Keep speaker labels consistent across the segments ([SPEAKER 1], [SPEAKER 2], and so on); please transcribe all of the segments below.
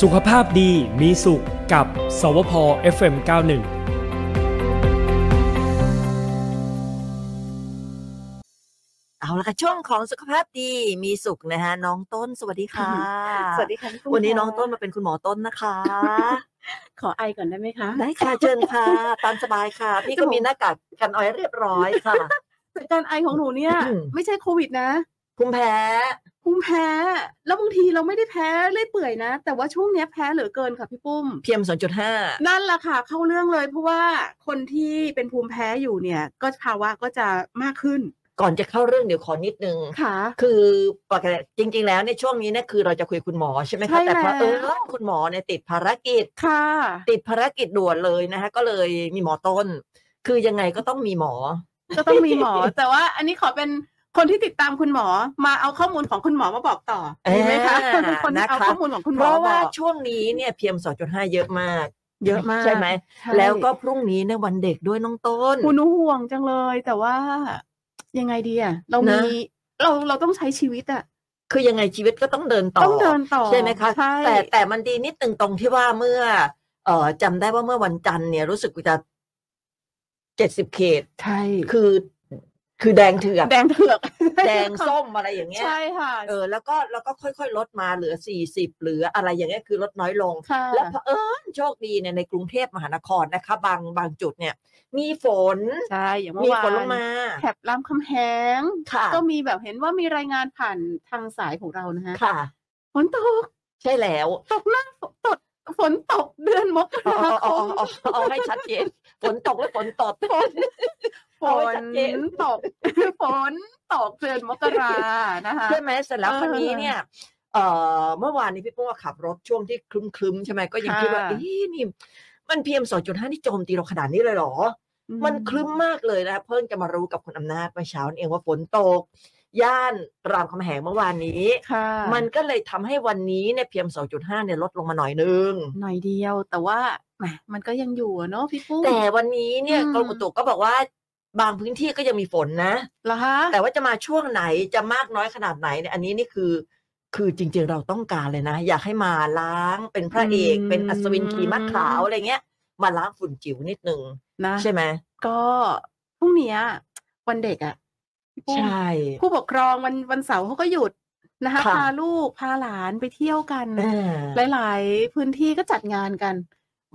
[SPEAKER 1] สุขภาพดีมีสุขกับ สวพ FM91
[SPEAKER 2] เอาละค่ะช่วงของสุขภาพดีมีสุขนะคะน้องต้นสวัสดีค่ะ
[SPEAKER 3] สวัสดีค่ะพี่กุ้ง
[SPEAKER 2] วันนี้
[SPEAKER 3] ค่ะ
[SPEAKER 2] น้องต้นมาเป็นคุณหมอต้นนะคะ
[SPEAKER 3] ขอไอก่อนได้ไหมคะ
[SPEAKER 2] ได้ค่ะเชิญค่ะ ตามสบายค่ะ พี่ก็มีหน้ากากกันเอาไว้อยเรียบร้อยค่ะ
[SPEAKER 3] แต่การไอของหนูเนี่ย
[SPEAKER 2] อืม
[SPEAKER 3] ไม่ใช่โควิดนะ
[SPEAKER 2] ภูมิแพ้
[SPEAKER 3] ภูมิแพ้ แล้วบางทีเราไม่ได้แพ้เรื่อยเปื่อยนะ แต่ว่าช่วงเนี้ยแพ้เหลือเกินค่ะพี่ปุ้ม
[SPEAKER 2] เพียม2.5
[SPEAKER 3] นั่นล่ะค่ะ เข้าเรื่องเลย เพราะว่าคนที่เป็นภูมิแพ้อยู่เนี่ย ก็ภาวะก็จะมากขึ้น
[SPEAKER 2] ก่อนจะเข้าเรื่องเดี๋ยวขอนิดนึง
[SPEAKER 3] ค่ะ
[SPEAKER 2] คือปกติจริง ๆ แล้วในยช่วงนี้เนี่ยคือเราจะคุยคุณหมอใช่ไหม
[SPEAKER 3] ใช่
[SPEAKER 2] คะแต่พอ
[SPEAKER 3] แล้ว
[SPEAKER 2] เผออคุณหมอเนี่ยติดภารกิจ
[SPEAKER 3] ค่ะ
[SPEAKER 2] ติดภารกิจด่วนเลยนะคะ ก็เลยมีหมอต้น คือยังไงก็ต้องมีหมอ
[SPEAKER 3] ก็ต้องมีหมอ แต่ว่าอันนี้ขอเป็นคนที่ติดตามคุณหมอ มาเอาข้อมูลของคุณหมอมาบอกต่อดีไหมคะ
[SPEAKER 2] เออ
[SPEAKER 3] เป็นคนที่เอา
[SPEAKER 2] นะคะ
[SPEAKER 3] ข้อมูลของคุณหม
[SPEAKER 2] เพ
[SPEAKER 3] อ
[SPEAKER 2] ราะ
[SPEAKER 3] บ
[SPEAKER 2] ว่า
[SPEAKER 3] อก
[SPEAKER 2] ช่วงนี้เนี่ยเพียม2.5 เยอะมาก
[SPEAKER 3] เยอะมาก
[SPEAKER 2] ใช่ไหม
[SPEAKER 3] ใช่
[SPEAKER 2] แล้วก็พรุ่งนี้ในยวันเด็กด้วยน้องต้น
[SPEAKER 3] คุณห่วงจังเลย แต่ว่ายังไงดีอะเรามี
[SPEAKER 2] นะ
[SPEAKER 3] เราเราต้องใช้ชีวิตอะ
[SPEAKER 2] คือยังไงชีวิตก็ต้องเดินต่อ
[SPEAKER 3] ต้องเดินต่อ
[SPEAKER 2] ใช่ไหมคะ
[SPEAKER 3] ใช่
[SPEAKER 2] แต่แต่มันดีนิดนึงตรงที่ว่าเมื่อ เอ่อจำได้ว่าเมื่อวันจันทร์เนี่ยรู้สึกว่าจะเจ็ดสิบเขต
[SPEAKER 3] ใช่
[SPEAKER 2] คือ คือแดงเถือก
[SPEAKER 3] แดงเถือก
[SPEAKER 2] แดงส้มอะไรอย่างเงี้ย
[SPEAKER 3] ใช่ค่ะ
[SPEAKER 2] เออ แล้วก็แล้วก็ค่อยๆ ลดมาเหลือสี่สิบเหลืออะไรอย่างเงี้ยคือลดน้อยลง
[SPEAKER 3] ค่ะ
[SPEAKER 2] แล้วเผอิญโชคดีเนี่ยในกรุงเทพมหานครนะคะ บางบางจุดเนี่ย มีฝน
[SPEAKER 3] ใช่อย่างเมื่
[SPEAKER 2] มี
[SPEAKER 3] อวา
[SPEAKER 2] ฝนลง
[SPEAKER 3] น
[SPEAKER 2] มา
[SPEAKER 3] แถบรามคำแหง
[SPEAKER 2] ค่ะ
[SPEAKER 3] ก็มีแบบเห็นว่ามีรายงานผ่านทางสายของเรานะฮะ
[SPEAKER 2] ค่ะ
[SPEAKER 3] ฝนตก
[SPEAKER 2] ใช่แล้ว
[SPEAKER 3] ตกหน้าฝนตกฝนตกเดือนมก
[SPEAKER 2] เอา
[SPEAKER 3] รา
[SPEAKER 2] เอาเอา
[SPEAKER 3] คม
[SPEAKER 2] เอาเอาเอาให้ชัดเจนฝนตกและฝนตก
[SPEAKER 3] ฝ
[SPEAKER 2] เอาให้
[SPEAKER 3] น
[SPEAKER 2] ชัดเจน
[SPEAKER 3] ตกฝนตกเดือนมกรานะคะ
[SPEAKER 2] ใช่ไหมเสร็จแล้ว
[SPEAKER 3] เออ
[SPEAKER 2] คันนี้เนี่ยเอ่อเมื่อวานนี้พี่ปุ้มว่าขับรถช่วงที่คลึ้มๆใช่ไหมก็ยัง
[SPEAKER 3] ค่ะ
[SPEAKER 2] คิดว่าเอ๊ะนี่มันพีเอ็มสองจุดห้านี่โจมตีเราขนาดนี้เลยเหรอ
[SPEAKER 3] อื
[SPEAKER 2] มันคลึ้มมากเลยนะเพิ่งจะมารู้กับคุณอำนาจเมื่อเช้านี่เองว่าฝนตก ย่านรามคำแหงเมื่อวานนี้
[SPEAKER 3] ค่ะ
[SPEAKER 2] มันก็เลยทำให้วันนี้เนี่ยพีเอ็มสองจุดห้าเนี่ยลดลงมาหน่อยนึง
[SPEAKER 3] หน่อยเดียวแต่ว่าแหมมันก็ยังอยู่อะเนาะพี่ปุ้ม
[SPEAKER 2] แต่วันนี้เนี่ย
[SPEAKER 3] อืม
[SPEAKER 2] กรมอุตุก็บอกว่าบางพื้นที่ก็ยังมีฝนนะ
[SPEAKER 3] เหรอคะ
[SPEAKER 2] แต่ว่าจะมาช่วงไหนจะมากน้อยขนาดไหนเนี่ยอันนี้นี่คือ คือจริง ๆ เราต้องการเลยนะ อยากให้มาล้างเป็นพระเอกเป็นอัศวินขี่ม้าขาวอะไรเงี้ย มาล้างฝุ่นจิ๋วนิดนึง
[SPEAKER 3] นะ
[SPEAKER 2] ใช่ไหม
[SPEAKER 3] ก็พรุ่งเนี้ยวันเด็กอะพี่ปุ้ม
[SPEAKER 2] ใช่
[SPEAKER 3] ผู้ปกครองวันวันเสาร์เขาก็หยุดนะคะ
[SPEAKER 2] ค่ะ
[SPEAKER 3] พาลูกพาหลานไปเที่ยวกัน
[SPEAKER 2] อ่า
[SPEAKER 3] หลายๆ พื้นที่ก็จัดงานกัน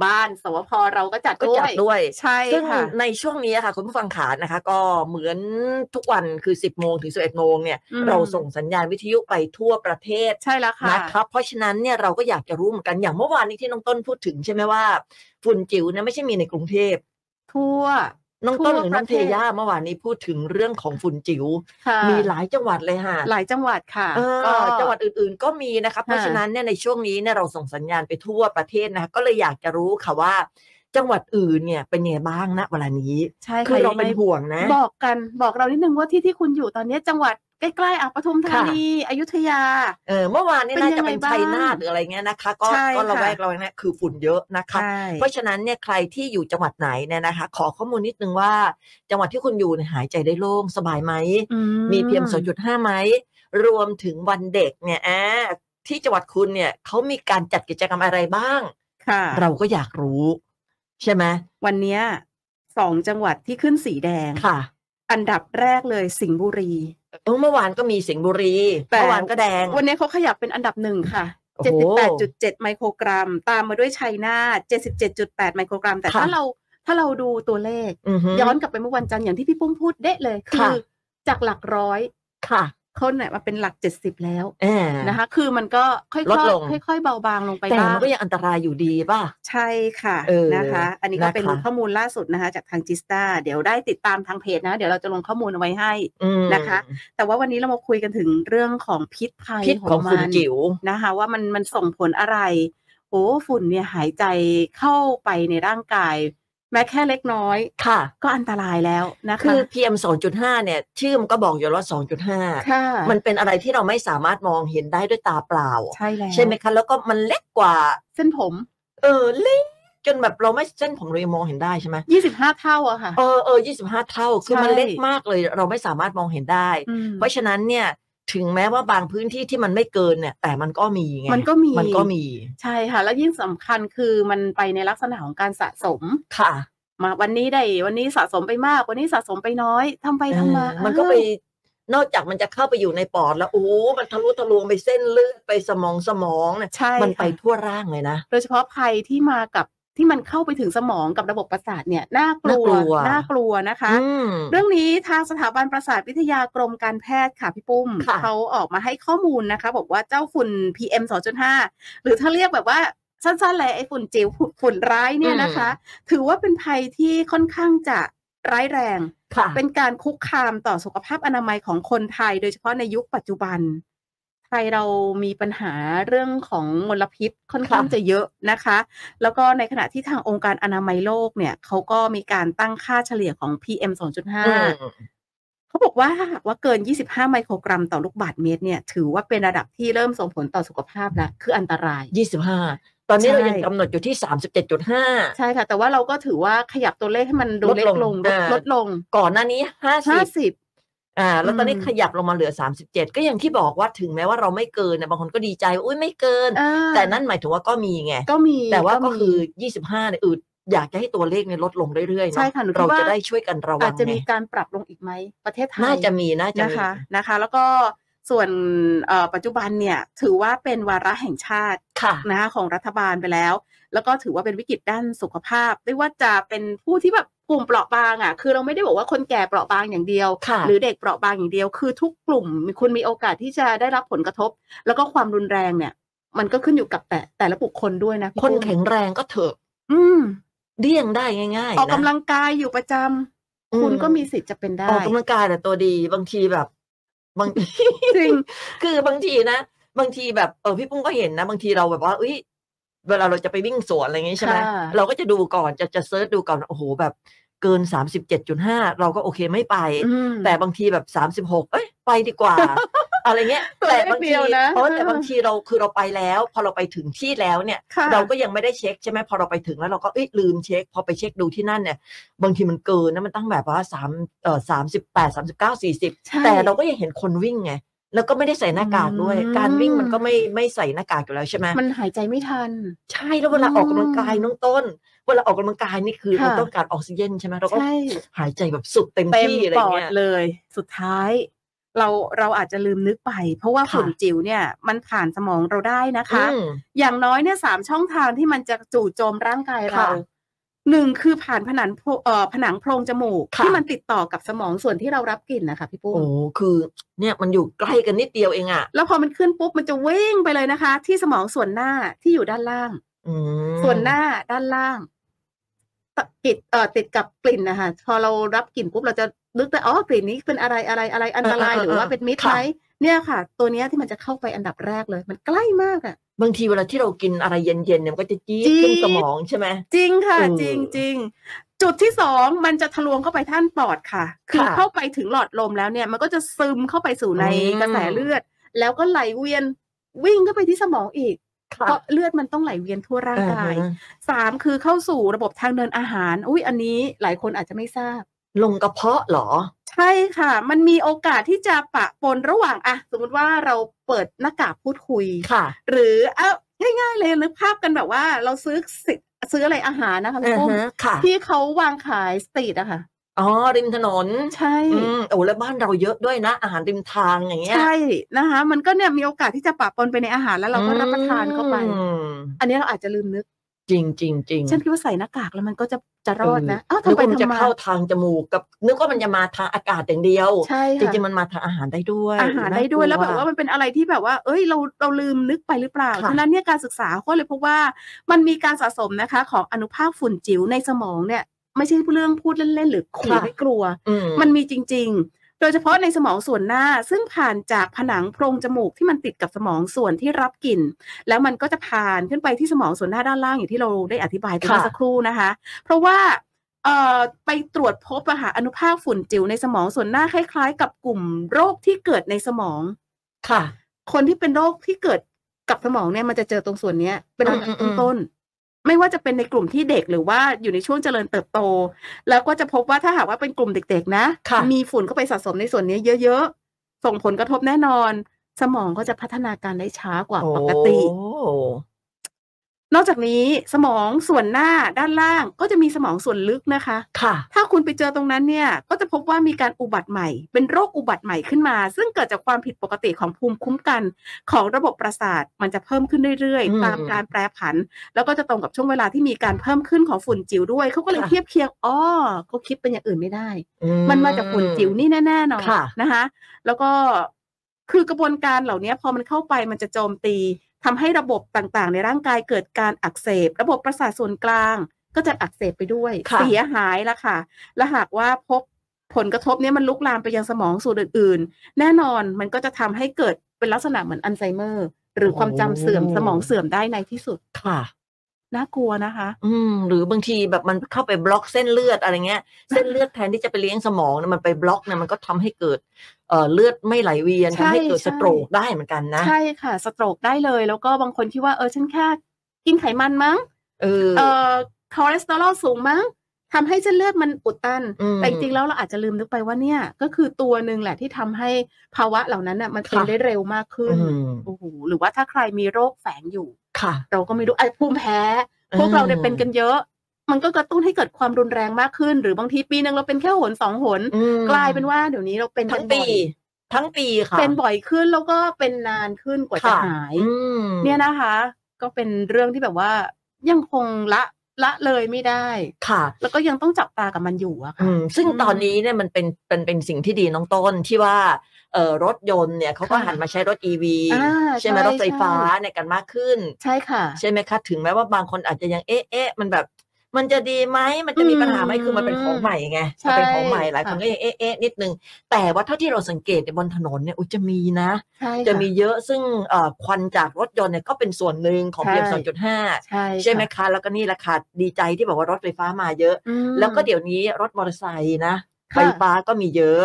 [SPEAKER 3] บ้านสวพเราก็จัด
[SPEAKER 2] ก็จัดด้วย
[SPEAKER 3] ใช่
[SPEAKER 2] ซึ่ง
[SPEAKER 3] ค่ะ
[SPEAKER 2] ในช่วงนี้ค่ะ คุณผู้ฟังขานะคะ ก็เหมือนทุกวันคือ 10โมงถึง 11โมงเนี่ย
[SPEAKER 3] อืม
[SPEAKER 2] เราส่งสัญญาณวิทยุไปทั่วประเทศ
[SPEAKER 3] ใช่แล้วค่ะ
[SPEAKER 2] นะครับเพราะฉะนั้นเนี่ยเราก็อยากจะรู้เหมือนกันอย่างเมื่อวานนี้ที่น้องต้นพูดถึงใช่ไหมว่า ฝุ่นจิ๋วเนี่ยไม่ใช่มีในกรุงเทพ
[SPEAKER 3] ทั่ว
[SPEAKER 2] น้องต้นห
[SPEAKER 3] ทั่ว
[SPEAKER 2] รือน้อง
[SPEAKER 3] ประ
[SPEAKER 2] เท
[SPEAKER 3] เทศ
[SPEAKER 2] ย่าเมื่อวานนี้พูดถึงเรื่องของฝุ่นจิ๋ว
[SPEAKER 3] ค่ะ
[SPEAKER 2] มีหลายจังหวัดเลยค่ะ
[SPEAKER 3] หลายจังหวัดค่ะ
[SPEAKER 2] เออ
[SPEAKER 3] ก็
[SPEAKER 2] จังหวัดอื่นๆ ก็มีนะคะเพราะ
[SPEAKER 3] ค่ะ
[SPEAKER 2] ฉะนั้นเนี่ยในช่วงนี้เนี่ยเราส่งสัญญาณไปทั่วประเทศนะคะก็เลยอยากจะรู้ค่ะว่า จังหวัดอื่นเนี่ยเป็นยังไงบ้างณเวลานี้
[SPEAKER 3] ใช่
[SPEAKER 2] คือ
[SPEAKER 3] ค่ะ
[SPEAKER 2] เรา
[SPEAKER 3] ยัง
[SPEAKER 2] เป็น
[SPEAKER 3] ไง
[SPEAKER 2] ห่วงนะ
[SPEAKER 3] บอกกันบอกเรานิดนึงว่าที่ที่คุณอยู่ตอนนี้จังหวัดใกล้ๆอ่ะปทุมธานีอยุธยา
[SPEAKER 2] เออเมื่อวานเนี่ย
[SPEAKER 3] เป็น
[SPEAKER 2] น่า
[SPEAKER 3] ยัง
[SPEAKER 2] จะ
[SPEAKER 3] ไง
[SPEAKER 2] เป็นชัย
[SPEAKER 3] บ้า
[SPEAKER 2] นา
[SPEAKER 3] ง
[SPEAKER 2] ทหรืออะไรเงี้ยนะคะ ก็
[SPEAKER 3] ใช่
[SPEAKER 2] ก็ระ
[SPEAKER 3] ค่ะ
[SPEAKER 2] แวกระแวงเนี่ยคือฝุ่นเยอะนะคะ เพราะฉะนั้นเนี่ยใครที่อยู่จังหวัดไหนเนี่ยนะคะ ขอข้อมูลนิดนึงว่า จังหวัดที่คุณอยู่เนี่ยหายใจได้โล่งสบายไหม
[SPEAKER 3] อื
[SPEAKER 2] มีเพียง2.5ไหม รวมถึงวันเด็กเนี่ยอ่าที่จังหวัดคุณเนี่ยเขามีการจัดกิจกรรมอะไรบ้าง
[SPEAKER 3] ค่ะ
[SPEAKER 2] เราก็อยากรู้ ใช่ไหม
[SPEAKER 3] วันเนี้ยสองจังหวัดที่ขึ้นสีแดง
[SPEAKER 2] ค่ะ
[SPEAKER 3] อันดับแรกเลยสิงห์บุรี
[SPEAKER 2] เออเมื่อวานก็มีสิงห์บุรี
[SPEAKER 3] แต่
[SPEAKER 2] เมื่อวานก็แดง
[SPEAKER 3] วันนี้เขาขยับเป็นอันดับหนึ่งค่ะ
[SPEAKER 2] โอ้โห
[SPEAKER 3] 78.7 ไมโครกรัม ตามมาด้วยชัยนาท77.8 ไมโครกรัม แต่
[SPEAKER 2] ค่ะ
[SPEAKER 3] ถ้าเราถ้าเราดูตัวเลข
[SPEAKER 2] อือฮึ
[SPEAKER 3] ย้อนกลับไปเมื่อวันจันทร์อย่างที่พี่ปุ้มพูดเด้เลย คื
[SPEAKER 2] ค่ะ
[SPEAKER 3] อจากหลักร้อย
[SPEAKER 2] ค่ะ
[SPEAKER 3] เขาเนี่ยมาเป็นหลัก 70 แล้ว
[SPEAKER 2] แอ
[SPEAKER 3] นะคะ คือมันก็ค่อย
[SPEAKER 2] ลดลง
[SPEAKER 3] ๆค่อยๆเบาบางลงไป
[SPEAKER 2] แต่
[SPEAKER 3] บ้า
[SPEAKER 2] มั
[SPEAKER 3] ง
[SPEAKER 2] นก็ยังอันตรายอยู่ดีป่ะ
[SPEAKER 3] ใช่ค่ะ
[SPEAKER 2] เออ
[SPEAKER 3] นะคะ อันนี้ก็
[SPEAKER 2] นะคะ
[SPEAKER 3] เป็นข้อมูลล่าสุดนะคะ จากทางจิสตาเดี๋ยวได้ติดตามทางเพจนะ เดี๋ยวเราจะลงข้อมูลเอาไว้ให้
[SPEAKER 2] อืม
[SPEAKER 3] นะคะ แต่ว่าวันนี้เรามาคุยกันถึงเรื่องของพิษภัย
[SPEAKER 2] พิษของฝุ่น
[SPEAKER 3] มัน
[SPEAKER 2] จิ๋ว
[SPEAKER 3] นะคะ ว่ามันมันส่งผลอะไรโอ้ฝุ่นเนี่ยหายใจเข้าไปในร่างกาย แม้แค่เล็กน้อย
[SPEAKER 2] ค่ะ
[SPEAKER 3] ก็อันตรายแล้วนะคะ
[SPEAKER 2] คือ PM 2.5 เนี่ย ชื่อมันก็บอกอยู่แล้ว2.5
[SPEAKER 3] ค่ะ
[SPEAKER 2] มันเป็นอะไรที่เราไม่สามารถมองเห็นได้ด้วยตาเปล่า
[SPEAKER 3] ใช่แล้ว
[SPEAKER 2] ใช่ไหมคะ แล้วก็มันเล็กกว่า
[SPEAKER 3] เส้นผม
[SPEAKER 2] เออเล็กจนแบบเราไม่เส้นผมเรายังมองเห็นได้ใช่ไหม
[SPEAKER 3] 25เท่าอะค่ะ
[SPEAKER 2] เออเออ25 เท่า คือ
[SPEAKER 3] ใช่
[SPEAKER 2] มันเล็กมากเลย เราไม่สามารถมองเห็นได้
[SPEAKER 3] อืม
[SPEAKER 2] เพราะฉะนั้นเนี่ย ถึงแม้ว่าบางพื้นที่ที่มันไม่เกินเนี่ย แต่มันก็มีไง
[SPEAKER 3] มันก็มี
[SPEAKER 2] มันก็มี
[SPEAKER 3] ใช่ค่ะ แล้วยิ่งสำคัญคือมันไปในลักษณะของการสะสม
[SPEAKER 2] ค่ะ
[SPEAKER 3] มาวันนี้ได้วันนี้สะสมไปมาก วันนี้สะสมไปน้อยทำไปทำมา
[SPEAKER 2] เออ
[SPEAKER 3] มัน
[SPEAKER 2] ก็ไปนอกจากมันจะเข้าไปอยู่ในปอดแล้วโอ้โหมันทะลุทะลวงไปเส้นเลือดไปสมองสมองเนี่ย
[SPEAKER 3] ใช่
[SPEAKER 2] มันไป
[SPEAKER 3] ค่ะ
[SPEAKER 2] ทั่วร่างเลยนะ
[SPEAKER 3] โดยเฉพาะภัยที่มากับที่มันเข้าไปถึงสมองกับระบบประสาทเนี่ยน่ากลัว
[SPEAKER 2] น่ากลัว
[SPEAKER 3] น่ากลัวนะคะ
[SPEAKER 2] อืม
[SPEAKER 3] เรื่องนี้ทางสถาบันประสาทวิทยากรมการแพทย์ค่ะพี่ปุ้ม
[SPEAKER 2] ค่ะ
[SPEAKER 3] เขาออกมาให้ข้อมูลนะคะ บอกว่าเจ้าฝุ่น PM 2.5 หรือถ้าเรียกแบบว่าสั้นๆเลยไอ้ฝุ่นจิ๋วฝุ่นร้ายเนี่ยนะคะ ถือว่าเป็นภัยที่ค่อนข้างจะร้ายแรง
[SPEAKER 2] ค่ะ
[SPEAKER 3] เป็นการคุกคามต่อสุขภาพอนามัยของคนไทย โดยเฉพาะในยุคปัจจุบัน ไทยเรามีปัญหาเรื่องของมลพิษค่อนข้าง
[SPEAKER 2] ค่ะ
[SPEAKER 3] จะเยอะนะคะ แล้วก็ในขณะที่ทางองค์การอนามัยโลกเนี่ยเขาก็มีการตั้งค่าเฉลี่ยของ PM
[SPEAKER 2] อืม
[SPEAKER 3] 2.5 เขาบอกว่าถ้าหากว่าเกิน 25 ไมโครกรัมต่อลูกบาศก์เมตรเนี่ย ถือว่าเป็นระดับที่เริ่มส่งผลต่อสุขภาพละคืออันตราย
[SPEAKER 2] ยี่สิบห้าตอนนี้
[SPEAKER 3] ใช่
[SPEAKER 2] เรายังกำหนดอยู่ที่สามสิบเจ็ดจุดห้า
[SPEAKER 3] ใช่ค่ะ แต่ว่าเราก็ถือว่าขยับตัวเลขให้มันดู
[SPEAKER 2] ลด
[SPEAKER 3] เล็ก
[SPEAKER 2] ลง
[SPEAKER 3] ลงลด
[SPEAKER 2] อ่า
[SPEAKER 3] ลดลง
[SPEAKER 2] ก่อนหน้านี้ห้าสิบ
[SPEAKER 3] 50
[SPEAKER 2] อ่า แล้วตอนนี้
[SPEAKER 3] อืม
[SPEAKER 2] ขยับลงมาเหลือสามสิบเจ็ดก็อย่างที่บอกว่าถึงแม้ว่าเราไม่เกินนะบางคนก็ดีใจว่าอุ้ยไม่เกิน
[SPEAKER 3] อ่า
[SPEAKER 2] แต่นั่นหมายถึงว่าก็มีไง
[SPEAKER 3] ก็มี
[SPEAKER 2] แต่ว่าก็
[SPEAKER 3] มี
[SPEAKER 2] คือยี่สิบห้าเนี่ยอืดอยากจะให้ตัวเลขเนี่ยลดลงเรื่อยๆ
[SPEAKER 3] ใช่
[SPEAKER 2] เนาะ
[SPEAKER 3] ค่ะหนูคิด
[SPEAKER 2] เรา
[SPEAKER 3] ว่า
[SPEAKER 2] จะได้ช่วยกันระวั
[SPEAKER 3] อาง จจะ
[SPEAKER 2] ไง
[SPEAKER 3] มีการปรับลงอีกไหมประเทศไทย
[SPEAKER 2] น่าจะมีน่าจะ
[SPEAKER 3] นะ
[SPEAKER 2] มี
[SPEAKER 3] คะนะคะ แล้วก็ส่วนเอ่อปัจจุบันเนี่ยถือว่าเป็นวาระแห่งชาติ
[SPEAKER 2] ค่ะ
[SPEAKER 3] นะคะของรัฐบาลไปแล้ว แล้วก็ถือว่าเป็นวิกฤตด้านสุขภาพไม่ว่าจะเป็นผู้ที่แบบกลุ่มเปราะบางอ่ะคือเราไม่ได้บอกว่าคนแก่เปราะบางอย่างเดียว
[SPEAKER 2] ค่ะ
[SPEAKER 3] หรือเด็กเปราะบางอย่างเดียว คือทุกกลุ่มคุณมีโอกาสที่จะได้รับผลกระทบ แล้วก็ความรุนแรงเนี่ย มันก็ขึ้นอยู่กับแต่แต่ละบุคคลด้วยนะพี่
[SPEAKER 2] คน
[SPEAKER 3] ปุ้ม
[SPEAKER 2] แข็งแรงก็เถอะ
[SPEAKER 3] อืม
[SPEAKER 2] เลี่ยงได้ง่ายๆ
[SPEAKER 3] ออกกำ
[SPEAKER 2] นะ
[SPEAKER 3] ลังกายอยู่ประจำ
[SPEAKER 2] อื
[SPEAKER 3] คุณก็มีสิทธิ์จะเป็นได้
[SPEAKER 2] ออกกำลังกายแต่ตัวดีบางทีแบบบาง
[SPEAKER 3] จริง
[SPEAKER 2] คือบางทีนะบางทีแบบเออพี่ปุ้งก็เห็นนะ บางทีเราแบบว่าเอ้ยเวลาเราจะไปวิ่งสวนอะไรอย่างงี้ใช่ไหม
[SPEAKER 3] ค่ะ
[SPEAKER 2] เราก็จะดูก่อนจะจะเซิร์ชดูก่อนโอ้โหแบบเกินสามสิบเจ็ดจุดห้าเราก็โอเคไม่ไป
[SPEAKER 3] อืม
[SPEAKER 2] แต่บางทีแบบสามสิบหกเอ้ยไปดีกว่า อะไรเงี้ย
[SPEAKER 3] ตัว
[SPEAKER 2] แต่
[SPEAKER 3] เลข
[SPEAKER 2] บาง
[SPEAKER 3] เดี
[SPEAKER 2] ที
[SPEAKER 3] ยวนะ
[SPEAKER 2] เออแต่บางทีเราคือเราไปแล้ว พอเราไปถึงที่แล้วเนี่ย
[SPEAKER 3] ค่ะ
[SPEAKER 2] เราก็ยังไม่ได้เช็คใช่ไหมพอเราไปถึงแล้วเราก็เอ้ยลืมเช็ค พอไปเช็คดูที่นั่นเนี่ยบางทีมันเกินนะมันตั้งแบบว่าสามเออสามสิบแปดสามสิบเก้าสี่สิบ
[SPEAKER 3] ใช่
[SPEAKER 2] แต่เราก็ยังเห็นคนวิ่งไง แล้วก็ไม่ได้ใส่หน้ากากด้วย
[SPEAKER 3] อืม
[SPEAKER 2] การวิ่งมันก็ไม่ไม่ใส่หน้ากากอยู่แล้วใช่ไหม
[SPEAKER 3] มันหายใจไม่ทัน
[SPEAKER 2] ใช่แล้วเวลาออกกำลังกายน้องต้น เวลาออกกำลังกายนี่คือ
[SPEAKER 3] ค่ะ
[SPEAKER 2] เราต้องการออกซิเจนใช่ไหมเราก็
[SPEAKER 3] ใช่
[SPEAKER 2] หายใจแบบสุดเต็ม
[SPEAKER 3] เต็ม
[SPEAKER 2] ที่อะไร
[SPEAKER 3] ปอ
[SPEAKER 2] เงี้
[SPEAKER 3] ด
[SPEAKER 2] ย
[SPEAKER 3] เลย สุดท้าย เราเราอาจจะลืมนึกไป เพราะว่า
[SPEAKER 2] ค่ะ
[SPEAKER 3] ฝุ่นจิ๋วเนี่ย มันผ่านสมองเราได้นะคะ
[SPEAKER 2] อืม
[SPEAKER 3] อย่างน้อยเนี่ยสามช่องทางที่มันจะจู่โจมร่างกายเรา
[SPEAKER 2] ค่ะ
[SPEAKER 3] หนึ่งคือผ่านผนังโพรเอ่อผนังโพรงจมูก
[SPEAKER 2] ค่ะ
[SPEAKER 3] ที่มันติดต่อกับสมองส่วนที่เรารับกลิ่นนะคะพี่ปุ้ม
[SPEAKER 2] โอ้คือ เนี่ยมันอยู่ใกล้กันนิดเดียวเองอ่ะ
[SPEAKER 3] แล้วพอมันขึ้นปุ๊บมันจะวิ่งไปเลยนะคะ ที่สมองส่วนหน้าที่อยู่ด้านล่าง
[SPEAKER 2] อืม
[SPEAKER 3] ส่วนหน้าด้านล่างตะกิดเอ่อติดกับกลิ่นนะคะพอเรารับกลิ่นปุ๊บเราจะนึกแต่อ๋อกลิ่นนี้เป็นอะไรอะไรอะไรอันตรายหรือว่าเป็นมิตรไหมเนี่ยค่ะ ตัวเนี้ยที่มันจะเข้าไปอันดับแรกเลย มันใกล้มากอ่ะ
[SPEAKER 2] บางทีเวลาที่เรากินอะไรเย็นๆเนี่ยมันก็จะจี๊ด
[SPEAKER 3] จี๊ด
[SPEAKER 2] ขึ้นสมองใช่ไหม
[SPEAKER 3] จริงค่ะ
[SPEAKER 2] เออ
[SPEAKER 3] จริงจริงจุดที่สองมันจะทะลวงเข้าไปท่านปอดค่ะ คือ
[SPEAKER 2] ค่ะ
[SPEAKER 3] เข้าไปถึงหลอดลมแล้วเนี่ย มันก็จะซึมเข้าไปสู่ใน
[SPEAKER 2] อืม
[SPEAKER 3] กระแสเลือด แล้วก็ไหลเวียนวิ่งเข้าไปที่สมองอีก
[SPEAKER 2] ค่ะ
[SPEAKER 3] เพราะเลือดมันต้องไหลเวียนทั่วร่างกาย
[SPEAKER 2] อ่าฮะ
[SPEAKER 3] สามคือเข้าสู่ระบบทางเดินอาหาร อุ้ยอันนี้หลายคนอาจจะไม่ทราบ
[SPEAKER 2] ลงกระเพาะเหรอ
[SPEAKER 3] ใช่ค่ะ มันมีโอกาสที่จะปะปนระหว่างอะสมมติว่าเราเปิดหน้ากากพูดคุย
[SPEAKER 2] ค่ะ
[SPEAKER 3] หรือเอาง่ายๆเลยนึกภาพกันแบบว่า เราซื้อสิซื้ออะไรอาหารนะคะพี่
[SPEAKER 2] อ่า
[SPEAKER 3] ปุ้ม
[SPEAKER 2] ฮะค่ะ
[SPEAKER 3] ที่เขาวางขายสตรีทอะค่ะ
[SPEAKER 2] อ๋อริมถนน
[SPEAKER 3] ใช่
[SPEAKER 2] อืมโอ้แล้วบ้านเราเยอะด้วยนะ อาหารริมทางอย่างเงี้ย
[SPEAKER 3] ใช่นะคะ มันก็เนี่ยมีโอกาสที่จะปะปนไปในอาหารแล้วเราก็รับประทานเข้าไป
[SPEAKER 2] อืม
[SPEAKER 3] อันนี้เราอาจจะลืมนึก
[SPEAKER 2] จริงจริงจริง
[SPEAKER 3] ฉันคิดว่าใส่หน้ากากแล้วมันก็จะจะรอดนะเอ้าว
[SPEAKER 2] นึก
[SPEAKER 3] ทำไป
[SPEAKER 2] ว่ามันจะ
[SPEAKER 3] ทำมา
[SPEAKER 2] เข้าทางจมูกกับนึกว่ามันจะมาทางอากาศอย่างเดียว
[SPEAKER 3] ใช่
[SPEAKER 2] จ
[SPEAKER 3] ค่ะ
[SPEAKER 2] ริงๆมันมาทางอาหารได้ด้วย
[SPEAKER 3] อาหารได้ด้วย
[SPEAKER 2] น่
[SPEAKER 3] แล้วแบบว่ามันเป็นอะไรที่แบบว่า เอ้ยเราเราลืมนึกไปหรือเปล่า
[SPEAKER 2] ะ
[SPEAKER 3] ฉะนั้นเนี่ยการศึกษาก็เลยพบว่ามันมีการสะสมนะคะ ของอนุภาคฝุ่นจิ๋วในสมองเนี่ย ไม่ใช่เรื่องพูดเล่นๆ หรือขู่ไม่กลัว
[SPEAKER 2] อืม
[SPEAKER 3] มันมีจริง ๆ โดยเฉพาะในสมองส่วนหน้าซึ่งผ่านจากผนังโพรงจมูกที่มันติดกับสมองส่วนที่รับกลิ่น แล้วมันก็จะผ่านขึ้นไปที่สมองส่วนหน้าด้านล่างอย่างที่เราได้อธิบายไปเมื่อสักครู่นะคะ เพราะว่าเอ่อไปตรวจพบอะค่ะอนุภาคฝุ่นจิ๋วในสมองส่วนหน้าคล้าย ๆ กับกลุ่มโรคที่เกิดในสมอง
[SPEAKER 2] ค่ะ
[SPEAKER 3] คนที่เป็นโรคที่เกิดกับสมองเนี่ยมันจะเจอตรงส่วนเนี้ยเป็นระดั
[SPEAKER 2] อื
[SPEAKER 3] บ
[SPEAKER 2] มอืมอืม
[SPEAKER 3] ต้นๆไม่ว่าจะเป็นในกลุ่มที่เด็กหรือว่าอยู่ในช่วงเจริญเติบโต แล้วก็จะพบว่าถ้าหากว่าเป็นกลุ่มเด็กๆนะ
[SPEAKER 2] ค่ะ
[SPEAKER 3] มีฝุ่นเข้าไปสะสมในส่วนเนี้ยเยอะๆ ส่งผลกระทบแน่นอน สมองก็จะพัฒนาการได้ช้ากว่าปกติ
[SPEAKER 2] โอ้
[SPEAKER 3] นอกจากนี้สมองส่วนหน้าด้านล่างก็จะมีสมองส่วนลึกนะคะ
[SPEAKER 2] ค่ะ
[SPEAKER 3] ถ้าคุณไปเจอตรงนั้นเนี่ย ก็จะพบว่ามีการอุบัติใหม่ เป็นโรคอุบัติใหม่ขึ้นมา ซึ่งเกิดจากความผิดปกติของภูมิคุ้มกัน ของระบบประสาทมันจะเพิ่มขึ้นเรื่อย
[SPEAKER 2] อืม
[SPEAKER 3] ๆ ตามการแปรผัน แล้วก็จะตรงกับช่วงเวลาที่มีการเพิ่มขึ้นของฝุ่นจิ๋วด้วยเขาก็เลย
[SPEAKER 2] ค่ะ
[SPEAKER 3] เทียบเคียงอ๋อเขาคิดเป็นอย่างอื่นไม่ได้ มันมาจากฝุ่นจิ๋วนี่แน่ๆนอน
[SPEAKER 2] ค่ะ
[SPEAKER 3] นะคะแล้วก็คือกระบวนการเหล่านี้พอมันเข้าไปมันจะโจมตีทำให้ระบบต่างๆ ในร่างกายเกิดการอักเสบ ระบบประสาทส่วนกลาง ก็จะอักเสบไปด้วย
[SPEAKER 2] ค่ะ
[SPEAKER 3] เสียหายละค่ะ และหากว่าพบผลกระทบเนี่ยมันลุกลามไปยังสมองส่วนอื่นๆ แน่นอนมันก็จะทำให้เกิดเป็นลักษณะเหมือนอัลไซเมอร์ หรือความจำเสื่อมสมองเสื่อมได้ในที่สุด
[SPEAKER 2] ค่ะ
[SPEAKER 3] น่ากลัวนะคะ
[SPEAKER 2] อืม หรือบางทีแบบมันเข้าไปบล็อกเส้นเลือดอะไรเงี้ย เส้นเลือดแทนที่จะไปเลี้ยงสมองเนี่ยมันไปบล็อกเนี่ยมันก็ทำให้เกิดเอ่อเลือดไม่ไหลเวียน
[SPEAKER 3] ใช่
[SPEAKER 2] ทำให้เกิด
[SPEAKER 3] ใช่
[SPEAKER 2] สโตรกได้เหมือนกันนะ
[SPEAKER 3] ใช่ค่ะ สโตรกได้เลยแล้วก็บางคนคิดว่าเออฉันแค่กินไขมันมั้ง
[SPEAKER 2] เออ
[SPEAKER 3] เอ่อคอเลสเตอรอลสูงมั้งทำให้เส้นเลือดมันอุดตัน
[SPEAKER 2] ม
[SPEAKER 3] แต่จริงๆแล้วเราอาจจะลืมนึกไปว่าเนี่ย ก็คือตัวหนึ่งแหละที่ทำให้ภาวะเหล่านั้นน่ะมันเป็น
[SPEAKER 2] ค่ะ
[SPEAKER 3] ได้เร็วมากขึ้น
[SPEAKER 2] อืม
[SPEAKER 3] โอ้โหหรือว่าถ้าใครมีโรคแฝงอยู่
[SPEAKER 2] ค่ะ
[SPEAKER 3] เราก็ไม่รู้ไอ้ภูมิแพ้ พวกเราเนี่ยเป็นกันเยอะ มันก็กระตุ้นให้เกิดความรุนแรงมากขึ้น หรือบางทีปีหนึ่งเราเป็นแค่หนสองหน
[SPEAKER 2] อืม
[SPEAKER 3] กลายเป็นว่าเดี๋ยวนี้เราเป็น
[SPEAKER 2] ทั้ง
[SPEAKER 3] กัน
[SPEAKER 2] ปี
[SPEAKER 3] บ่อย
[SPEAKER 2] ทั้งปีค่ะ
[SPEAKER 3] เป็นบ่อยขึ้นแล้วก็เป็นนานขึ้นกว่าจะ
[SPEAKER 2] ค่ะ
[SPEAKER 3] หาย
[SPEAKER 2] อืม
[SPEAKER 3] เนี่ยนะคะ ก็เป็นเรื่องที่แบบว่ายังคงละละเลยไม่ได้
[SPEAKER 2] ค่ะ
[SPEAKER 3] แล้วก็ยังต้องจับตากับมันอยู่อะ
[SPEAKER 2] อื
[SPEAKER 3] ค่ะ
[SPEAKER 2] มซึ่ง
[SPEAKER 3] อืม
[SPEAKER 2] ตอนนี้เนี่ยมันเป็นเป็นเป็นสิ่งที่ดีน้องต้นที่ว่าเอ่อรถยนต์เนี่ยเขาก็
[SPEAKER 3] ค่ะ
[SPEAKER 2] หันมาใช้รถ E ีวี
[SPEAKER 3] อ่า
[SPEAKER 2] ใช่ไหม
[SPEAKER 3] ใช่
[SPEAKER 2] รถไฟฟ้า
[SPEAKER 3] ใช่
[SPEAKER 2] ในกันมากขึ้น
[SPEAKER 3] ใช่ค่ะ
[SPEAKER 2] ใช่ไหมคะถึงแม้ว่าบางคนอาจจะยังเอ๊ะเอ๊ะมันแบบ มันจะดีไหมมันจะมีปัญหาไหม
[SPEAKER 3] อืม
[SPEAKER 2] คือมันเป็นของใหม่ไง
[SPEAKER 3] ใช่
[SPEAKER 2] มันเป็นของใหม่หลายค
[SPEAKER 3] ค่ะ
[SPEAKER 2] นก็ยังเอ๊ะเอ๊ะนิดนึงแต่ว่าเท่าที่เราสังเกตในยบนถนนเนี่ยอุ๊ยจะมีนะ
[SPEAKER 3] ใช่
[SPEAKER 2] จะ
[SPEAKER 3] ค่
[SPEAKER 2] มีเยอะซึ่งเอ่อควันจากรถยนต์เนี่ยก็เป็นส่วนหนึ่งของ
[SPEAKER 3] ใช่
[SPEAKER 2] เพียงสองจุดห้า
[SPEAKER 3] ใช่
[SPEAKER 2] ใช่ไหม
[SPEAKER 3] ค่ะ
[SPEAKER 2] คะ แล้วก็นี่แหละค่ะดีใจที่บอกว่ารถไฟฟ้ามาเยอะ
[SPEAKER 3] อืม
[SPEAKER 2] แล้วก็เดี๋ยวนี้รถมอเตอร์ไซค์นะ ไฟ
[SPEAKER 3] ค่ะ
[SPEAKER 2] ฟ้าก็มีเยอะ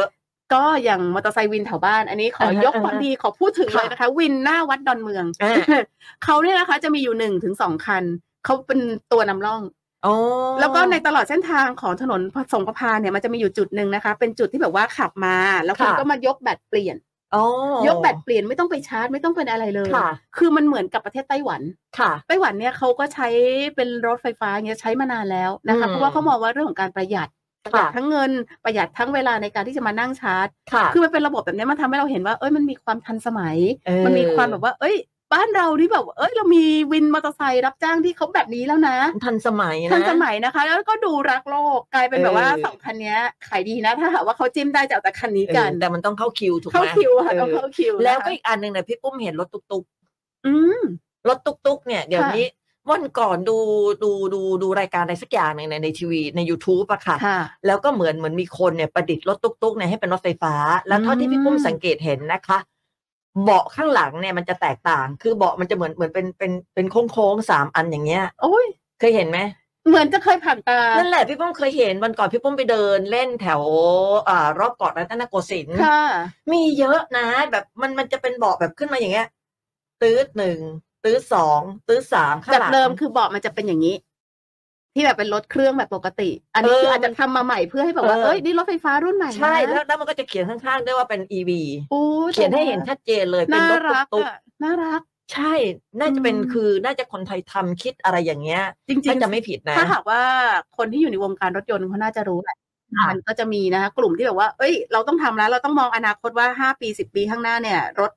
[SPEAKER 3] ก็อย่างมอเตอร์ไซค์วินแถวบ้าน อันนี้ขอ
[SPEAKER 2] อ่าฮะ
[SPEAKER 3] ยกความ
[SPEAKER 2] อ่าฮะ
[SPEAKER 3] ดีขอพูดถึง
[SPEAKER 2] ค่ะ
[SPEAKER 3] เลยนะคะ วินหน้าวัดดอนเมือง
[SPEAKER 2] อ่า
[SPEAKER 3] เขาเนี่ยนะคะ จะมีอยู่หนึ่งถึงสองคัน เขาเป็นตัวนำร่อง
[SPEAKER 2] โอ้
[SPEAKER 3] แล้วก็ในตลอดเส้นทางของถนนสงประพาเนี่ยมันจะมีอยู่จุดหนึ่งนะคะ เป็นจุดที่แบบว่าขับมา แล้วคุณก็มายกแบตเปลี่ยน
[SPEAKER 2] โอ้
[SPEAKER 3] ยกแบตเปลี่ยนไม่ต้องไปชาร์จไม่ต้องเป็นอะไรเลย
[SPEAKER 2] ค่ะ
[SPEAKER 3] คือมันเหมือนกับประเทศไต้หวัน
[SPEAKER 2] ค่ะ
[SPEAKER 3] ไต้หวันเนี่ยเขาก็ใช้เป็นรถไฟฟ้าเงี้ยใช้มานานแล้วนะ
[SPEAKER 2] อืม
[SPEAKER 3] คะเพราะว่าเขามองว่าเรื่องของการประหยัดประหยั
[SPEAKER 2] ค่ะ
[SPEAKER 3] ดทั้งเงินประหยัดทั้งเวลาในการที่จะมานั่งชาร์จ
[SPEAKER 2] ค่ะ
[SPEAKER 3] คือมันเป็นระบบแบบเนี้ยมันทำให้เราเห็นว่าเอ้ยมันมีความทันสมัย
[SPEAKER 2] เออ
[SPEAKER 3] มันมีความแบบว่า เอ้ย บ้านเราที่แบบเอ้ยเรามีวินมอเตอร์ไซค์รับจ้างที่เขาแบบนี้แล้วนะ
[SPEAKER 2] ทันสมัยนะ
[SPEAKER 3] ทันสมัยนะคะ แล้วก็ดูรักโลกกลายเป็นแบบว่า
[SPEAKER 2] เออ
[SPEAKER 3] สองคันเนี้ยขายดีนะถ้าหากว่าเขาจิ้มได้จะเอาแต่คันนี้
[SPEAKER 2] เออ
[SPEAKER 3] กัน
[SPEAKER 2] แต่มันต้องเข้าคิวถูกไหม
[SPEAKER 3] เข้าคิวค่ะ
[SPEAKER 2] เออ
[SPEAKER 3] ต้องเข้าคิวนะคะ
[SPEAKER 2] แล้วก็อีกอันหนึ่งเนี่ยพี่ปุ้มเห็นรถตุกตุก
[SPEAKER 3] อืม
[SPEAKER 2] ๆรถตุกตุกๆเนี่ยเดี๋ยว
[SPEAKER 3] ค่ะ
[SPEAKER 2] นี้วันก่อนดูดูดูดูรายการอะไรสักอย่างหนึ่งในในทีวีใน YouTube อะค่ะ
[SPEAKER 3] ค่ะ
[SPEAKER 2] แล้วก็เหมือนเหมือนมีคนเนี่ยประดิษฐ์รถตุกตุกๆเนี่ยให้เป็นรถไฟฟ้า แล้วเท่าที่พี่ปุ้ม
[SPEAKER 3] อืม
[SPEAKER 2] สังเกตเห็นนะคะ เบาะข้างหลังเนี่ยมันจะแตกต่าง คือเบาะมันจะเหมือนเหมือนเป็นเป็นเป็นโค้งโค้งๆสามอันอย่างเงี้ย
[SPEAKER 3] โอ้ย
[SPEAKER 2] เคยเห็นไหม
[SPEAKER 3] เหมือนจะเคยผ่านตา
[SPEAKER 2] นั่นแหละพี่ปุ้มเคยเห็นวันก่อนพี่ปุ้มไปเดินเล่นแถวอารอบเกาะรัตนโกสินทร์
[SPEAKER 3] ค่ะ
[SPEAKER 2] มีเยอะนะ แบบมันมันจะเป็นเบาะแบบขึ้นมาอย่างเงี้ยตื้ดหนึ่งตื้ดสองตื้ดสามข้าง
[SPEAKER 3] จา
[SPEAKER 2] ห
[SPEAKER 3] ก
[SPEAKER 2] ลัง
[SPEAKER 3] เดิมคือเบาะมันจะเป็นอย่างนี้ ที่แบบเป็นรถเครื่องแบบปกติ อันนี้
[SPEAKER 2] เออ
[SPEAKER 3] คืออาจจะทำมาใหม่เพื่อให้แบบว่า
[SPEAKER 2] เออ
[SPEAKER 3] เอ้ยนี่รถไฟฟ้ารุ่นใหม่นะ
[SPEAKER 2] ใช่แล้วแล้วมันก็จะเขียนข้างๆด้วยว่าเป็น e ีวี
[SPEAKER 3] โอ้
[SPEAKER 2] เขียนให้เห็นชัดเจนเลยเป็น
[SPEAKER 3] น่าร
[SPEAKER 2] ถ
[SPEAKER 3] รัก
[SPEAKER 2] ตุ๊ก
[SPEAKER 3] อะน่ารัก
[SPEAKER 2] ๆใช่ น่าจะเป็น
[SPEAKER 3] อืม
[SPEAKER 2] คือน่าจะคนไทยทำคิดอะไรอย่างเงี้ย
[SPEAKER 3] จริง
[SPEAKER 2] ถ้า
[SPEAKER 3] ๆ
[SPEAKER 2] จะไม่ผิดนะ
[SPEAKER 3] ถ้าหากว่าคนที่อยู่ในวงการรถยนต์เขาน่าจะรู้แหละ
[SPEAKER 2] ค่ะ
[SPEAKER 3] มันก็จะมีนะคะกลุ่มที่แบบว่า เอ้ย เราต้องทำแล้ว เราต้องมองอนาคตว่าห้าปีสิบปีข้างหน้าเนี่ย รถ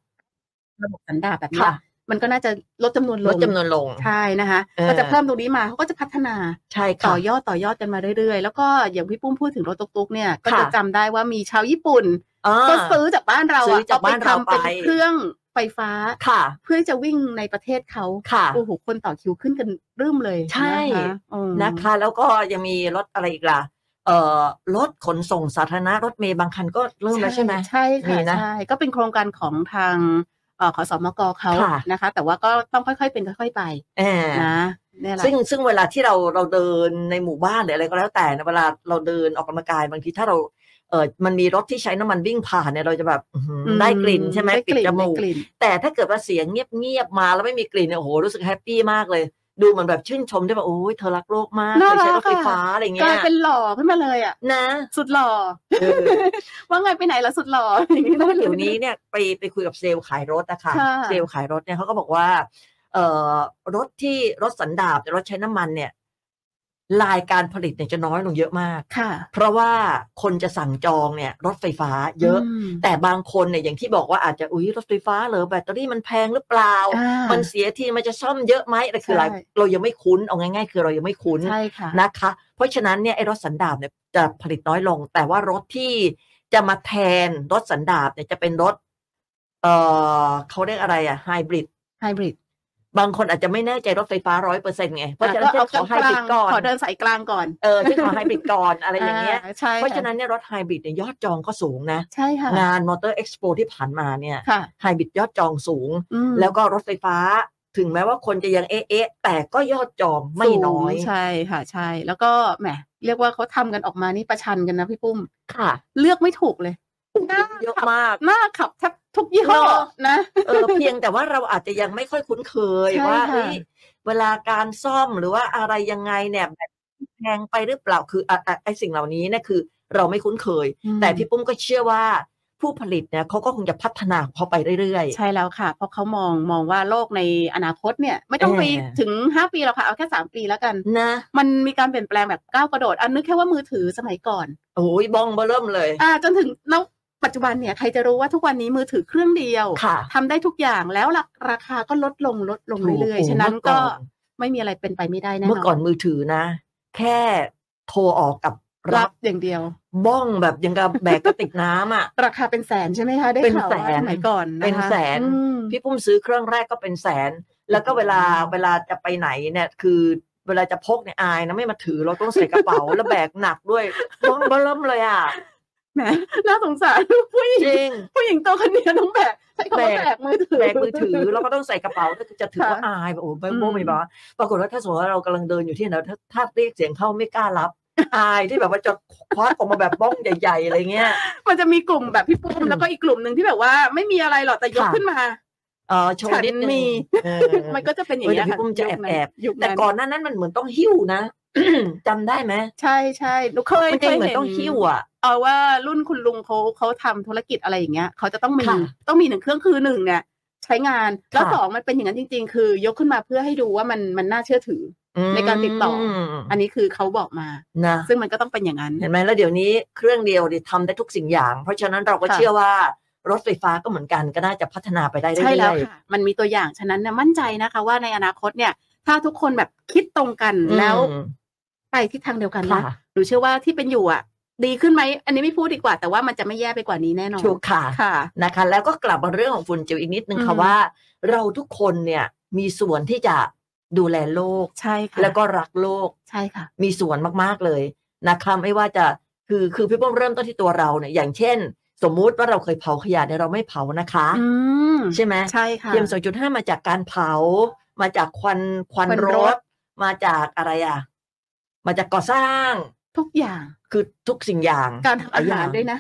[SPEAKER 3] ระบบสันดาปแบบเนี้ย
[SPEAKER 2] ค่ะ
[SPEAKER 3] มันก็น่าจะลดจำนวนล
[SPEAKER 2] ลด
[SPEAKER 3] ง
[SPEAKER 2] จำนวนลง
[SPEAKER 3] ใช่นะคะ
[SPEAKER 2] เออ
[SPEAKER 3] ก็จะเพิ่มตรงนี้มาเขาก็จะพัฒนา
[SPEAKER 2] ใช่
[SPEAKER 3] ต่
[SPEAKER 2] ค่ะ
[SPEAKER 3] อยอดต่อยอดกันมาเรื่อยๆ แล้วก็อย่างพี่ปุ้มพูดถึงรถตุ๊กๆเนี่ย ก็
[SPEAKER 2] ค่ะ
[SPEAKER 3] จะจำได้ว่ามีชาวญี่ปุ่น
[SPEAKER 2] อ่า
[SPEAKER 3] ก็ซื้อจากบ้านเรา
[SPEAKER 2] ซื้
[SPEAKER 3] อะ
[SPEAKER 2] อจากบ้านเรา
[SPEAKER 3] อไปทำเป็น
[SPEAKER 2] ไป
[SPEAKER 3] เครื่องไฟฟ้า
[SPEAKER 2] ค่ะ
[SPEAKER 3] เพื่อจะวิ่งในประเทศเขา
[SPEAKER 2] ค่ะ
[SPEAKER 3] โอ้โหคนต่อคิวขึ้นกันรื้มเลย
[SPEAKER 2] ใช่
[SPEAKER 3] นะคะอืม
[SPEAKER 2] นะคะแล้วก็ยังมีรถอะไรอีกล่ะ เอ่อรถขนส่งสาธารณะรถเมย์บางคันก็เริ่มแล้วใช่ไหม
[SPEAKER 3] ใช่
[SPEAKER 2] มี
[SPEAKER 3] ค่ะ
[SPEAKER 2] นะ
[SPEAKER 3] ใช่ก็เป็นโครงการของทางเอ่อขอสมกเขา
[SPEAKER 2] ค่ะ
[SPEAKER 3] นะคะ แต่ว่าก็ต้องค่อยๆเป็นค่อย ๆไป
[SPEAKER 2] เออ
[SPEAKER 3] นะเนี่ยแหละ
[SPEAKER 2] ซึ่งซึ่งเวลาที่เราเราเดินในหมู่บ้านหรืออะไรก็แล้วแต่นะเวลาเราเดินออกกำลังกายบางทีถ้าเราเออมันมีรถที่ใช้น้ำมันวิ่งผ่านเนี่ยเราจะแบบอื้อหือ
[SPEAKER 3] อืม
[SPEAKER 2] ได้กลิ่นใช่ไหม
[SPEAKER 3] ด้
[SPEAKER 2] ปิดจมู
[SPEAKER 3] ได้
[SPEAKER 2] ก
[SPEAKER 3] กลิ่น
[SPEAKER 2] แต่ถ้าเกิดว่าเสียงเงียบๆมาแล้วไม่มีกลิ่นเนี่ยโอ้โหรู้สึกแฮปปี้มากเลย ดูเหมือนแบบชื่นชมได้แบบโอ้ยเธอรักโลกมากเธ
[SPEAKER 3] น่า
[SPEAKER 2] อใช้รถ
[SPEAKER 3] รักอะ
[SPEAKER 2] ไฟฟ้าอะไร
[SPEAKER 3] ก
[SPEAKER 2] เงี้
[SPEAKER 3] ลาย
[SPEAKER 2] ย
[SPEAKER 3] เป็นหล่อขึ้นมาเลยอ่ะ
[SPEAKER 2] นะ
[SPEAKER 3] สุดหล่อ
[SPEAKER 2] เออ
[SPEAKER 3] ว่าไงไปไหนละสุดหล่อ อย่างนี้ได้เล
[SPEAKER 2] เดี๋ยว
[SPEAKER 3] นะ
[SPEAKER 2] นี้เนี่ยไปไปคุยกับเซลล์ขายรถนะคะ
[SPEAKER 3] ค่ะ
[SPEAKER 2] เซลล์ขายรถเนี่ยเขาก็บอกว่า เอ่อรถที่รถสันดาปรถใช้น้ำมันเนี่ย รายการผลิตเนี่ยจะน้อยลงเยอะมาก
[SPEAKER 3] ค่ะ
[SPEAKER 2] เพราะว่าคนจะสั่งจองเนี่ย รถไฟฟ้าเยอะ
[SPEAKER 3] ม
[SPEAKER 2] แต่บางคนเนี่ยอย่างที่บอกว่าอาจจะอุ้ยรถไฟฟ้าเหรอแบตเตอรี่มันแพงหรือเปล่า
[SPEAKER 3] อ่า
[SPEAKER 2] มันเสียทีมันจะซ่อมเยอะไหมอะไรคืออะไร
[SPEAKER 3] ใช่
[SPEAKER 2] เรายังไม่คุ้นเอาง่าย ๆ คือเรายังไม่คุ้น
[SPEAKER 3] ใช่ค่ะ
[SPEAKER 2] นะคะ เพราะฉะนั้นเนี่ยไอ้รถสันดาปเนี่ยจะผลิตน้อยลง แต่ว่ารถที่จะมาแทนรถสันดาปเนี่ยจะเป็นรถ เอ่อเขาเรียกอะไรอะไฮบริด
[SPEAKER 3] ไฮบริด
[SPEAKER 2] บางคนอาจจะไม่แน่ใจรถไฟฟ้าร้อยเปอร์เซ็นต์ไง เพราะฉะนั้น
[SPEAKER 3] ก็
[SPEAKER 2] ฉันขอไฮบริดก่อน
[SPEAKER 3] ขอเดินสายกลางก่อน
[SPEAKER 2] เออฉันขอไฮบริดก่อนอะไรอย่างเงี้ย
[SPEAKER 3] ใช่ค่
[SPEAKER 2] เพราะฉะนั้นเนี่ยรถไฮบริดเนี่ยยอดจองก็สูงนะ
[SPEAKER 3] ใช่ค่ะ
[SPEAKER 2] งานมอเตอร์เอ็กซ์โปที่ผ่านมาเนี่ย
[SPEAKER 3] ค่ะ
[SPEAKER 2] ไฮบริดยอดจองสูง
[SPEAKER 3] อืม
[SPEAKER 2] แล้วก็รถไฟฟ้าถึงแม้ว่าคนจะยังเอ๊ะเอ๊ะแต่ก็ยอดจองไม่น้อย
[SPEAKER 3] สูงใช่ค่ะ ใช่ แล้วก็แหมเรียกว่าเขาทำกันออกมานี่ประชันกันนะพี่ปุ้ม
[SPEAKER 2] ค่ะ
[SPEAKER 3] เลือกไม่ถูกเลย
[SPEAKER 2] เยอะมาก
[SPEAKER 3] หน้าขับแทบทุกยี่ห้อ
[SPEAKER 2] เนอะ
[SPEAKER 3] นะ
[SPEAKER 2] เออเพียงแต่ว่าเราอาจจะยังไม่ค่อยคุ้นเคย
[SPEAKER 3] ใช่
[SPEAKER 2] ว่า
[SPEAKER 3] ค่ะ
[SPEAKER 2] เอ้ยเวลาการซ่อมหรือว่าอะไรยังไงเนี่ยแบบแพงไปหรือเปล่าคืออะอะไอสิ่งเหล่านี้เนี่ยคือ เราไม่คุ้นเคย แต่พี่ปุ้มก็เชื่อว่า ผู้ผลิตเนี่ยเขาก็คงจะพัฒนาของเขาไปเรื่อย
[SPEAKER 3] ใช่แล้วค่ะ เพราะเขามองมองว่าโลกในอนาคตเนี่ย ไม่ต้อง
[SPEAKER 2] เออ
[SPEAKER 3] ไปถึง 5 ปีหรอกค่ะ เอาแค่ 3 ปีแล้วกัน
[SPEAKER 2] ๆนะ
[SPEAKER 3] มันมีการเปลี่ยนแปลงแบบก้าวกระโดดอันนึกแค่ว่ามือถือสมัยก่อน
[SPEAKER 2] โอ้ยบองเบอเริ่มเลย
[SPEAKER 3] อ่าจนถึงแล้วปัจจุบันเนี่ยใครจะรู้ว่าทุกวันนี้มือถือเครื่องเดียว
[SPEAKER 2] ค่ะ
[SPEAKER 3] ทำได้ทุกอย่างแล้วราราคาก็ลดลงลดลงเรื่อย
[SPEAKER 2] โโห
[SPEAKER 3] ๆ ฉะนั้น
[SPEAKER 2] เมื่อ
[SPEAKER 3] ก็
[SPEAKER 2] อ
[SPEAKER 3] ไม่มีอะไรเป็นไปไม่ได้แน่นอน
[SPEAKER 2] เมื่อก่อนมือถือนะ แค่โทรออกกับ
[SPEAKER 3] รั
[SPEAKER 2] รั
[SPEAKER 3] บบ อย่างเดียว
[SPEAKER 2] บ้องแบบยังกับแบกกระติกน้ำอ่ะ
[SPEAKER 3] ราคาเป็นแสนใช่ไหมคะได้
[SPEAKER 2] เป็น
[SPEAKER 3] ข่าวว่า
[SPEAKER 2] แสน
[SPEAKER 3] สมัยก่อนนะคะ
[SPEAKER 2] เป็นแสน
[SPEAKER 3] อืม
[SPEAKER 2] พี่ปุ้มซื้อเครื่องแรกก็เป็นแสน แล้วก็เวลาเวลาจะไปไหนเนี่ย คือเวลาจะพกเนี่ยอายนะไม่มาถือเราต้องใส่กระเป๋า แล้วแบกหนักด้วยต้องเบิ่มเลยอ่ะ
[SPEAKER 3] แหมน่าสงสารผู้หญิ
[SPEAKER 2] จ
[SPEAKER 3] ง
[SPEAKER 2] ริง
[SPEAKER 3] ผู้หญิงตัวคนเนี้ยต้องแบกใช้คำว่า
[SPEAKER 2] แบก
[SPEAKER 3] แบกมือถือ
[SPEAKER 2] แบกมือถือแล้วก็ต้องใส่กระเป๋าด้วยจะถือว่าอายแบบโอ้ยไม่โม้ไม่บอกปรากฏว่าถ้าสมมติว่าเรากำลังเดินอยู่ที่ไหนแล้วถ้าถ้าเรียกเสียงเข้าไม่กล้ารับ อายที่แบบว่าจะคว้าออกมาแบบบ้องใหญ่ๆอะไรเงี้ย
[SPEAKER 3] มันจะมีกลุ่มแบบพี่ปุ้
[SPEAKER 2] อื
[SPEAKER 3] ม
[SPEAKER 2] ม
[SPEAKER 3] แล้วก็อีกกลุ่มหนึ่งที่แบบว่าไม่มีอะไรหรอกแต่ยก
[SPEAKER 2] ค่ะ
[SPEAKER 3] ขึ้นมา
[SPEAKER 2] เออโชว์นิดนึ
[SPEAKER 3] ฉันมี
[SPEAKER 2] งเออ
[SPEAKER 3] มันก็จะเป็นอย่างเงี้ย
[SPEAKER 2] เออแต่พี่ปุ้มจะ
[SPEAKER 3] ค่
[SPEAKER 2] แอบ
[SPEAKER 3] ยุค
[SPEAKER 2] แต่
[SPEAKER 3] นั้น
[SPEAKER 2] ก่อนหน้านั้นมันเหมือนต้องหิ้วนะ จำได้ไหม
[SPEAKER 3] ใช่ใช่หนูเคย
[SPEAKER 2] มัน
[SPEAKER 3] เค
[SPEAKER 2] จะ
[SPEAKER 3] ย
[SPEAKER 2] เหมือน
[SPEAKER 3] เห็น
[SPEAKER 2] ต้องหิ้วอ่ะ
[SPEAKER 3] เอาว่ารุ่นคุณลุงเขาเขาทำธุรกิจอะไรอย่างเงี้ยเขาจะต้องมี
[SPEAKER 2] ค่ะ
[SPEAKER 3] ต้องมีหนึ่งเครื่องคือหนึ่งเนี่ย ใช้งานแล้ว
[SPEAKER 2] ค่ะ
[SPEAKER 3] สองมันเป็นอย่างนั้นจริง ๆ คือยกขึ้นมาเพื่อให้ดูว่ามันมันน่าเชื่อถือ ในการติดต่ออื
[SPEAKER 2] ม
[SPEAKER 3] อันนี้คือเขาบอกมา
[SPEAKER 2] นะ
[SPEAKER 3] ซึ่งมันก็ต้องเป็นอย่างนั้น
[SPEAKER 2] เห็นไหมแล้วเดี๋ยวนี้เครื่องเดียวดิทำได้ทุกสิ่งอย่าง เพราะฉะนั้นเราก็
[SPEAKER 3] ค่ะ
[SPEAKER 2] เชื่อว่ารถไฟฟ้าก็เหมือนกันก็น่าจะพัฒนาไปได้เรื่
[SPEAKER 3] ใช่แล้ว
[SPEAKER 2] อย
[SPEAKER 3] ค่ะ มันมีตัวอย่าง ฉะนั้นนะมั่นใจนะคะ ว่าในอนาคตเนี่ย ถ้าทุกคนแบบคิดตรงกัน
[SPEAKER 2] อืม
[SPEAKER 3] แล้ว ไปทิศทางเดียวกัน
[SPEAKER 2] ๆ
[SPEAKER 3] นะ
[SPEAKER 2] ค่ะ
[SPEAKER 3] หนูเชื่อว่าที่เป็นอยู่อ่ะ ดีขึ้นไหม อันนี้ไม่พูดดีกว่า แต่ว่ามันจะไม่แย่ไปกว่านี้แน่นอน
[SPEAKER 2] ถูกค่ะ
[SPEAKER 3] ค่ะ
[SPEAKER 2] นะคะ แล้วก็กลับมาเรื่องของฝุ่นจิ๋วอีกนิดนึงค่ะ
[SPEAKER 3] อืม
[SPEAKER 2] ว่า เราทุกคนเนี่ยมีส่วนที่จะดูแลโลก
[SPEAKER 3] ใช่ค่ะ
[SPEAKER 2] แล้วก็รักโลก
[SPEAKER 3] ใช่ค่ะ
[SPEAKER 2] มีส่วนมากๆเลยนะคะไม่ว่าจะคือคือพี่ป้อมเริ่มต้นที่ตัวเราเนี่ยอย่างเช่น สมมุติว่าเราเคยเผาขยะเนี่ยเราไม่เผานะคะ
[SPEAKER 3] อืม
[SPEAKER 2] ใช่ไหม
[SPEAKER 3] ใช่ค่ะ
[SPEAKER 2] พีเอ็มสองจุดห้ามาจากการเผา มาจากควันควัน
[SPEAKER 3] ควัน
[SPEAKER 2] ร
[SPEAKER 3] ร
[SPEAKER 2] ถ
[SPEAKER 3] ถ
[SPEAKER 2] มาจากอะไรอ่ะ มาจากก่อสร้าง
[SPEAKER 3] ทุกอย่าง
[SPEAKER 2] คือทุกสิ่งอย่าง
[SPEAKER 3] การทำอาหาร
[SPEAKER 2] ลง
[SPEAKER 3] ด้วยนะ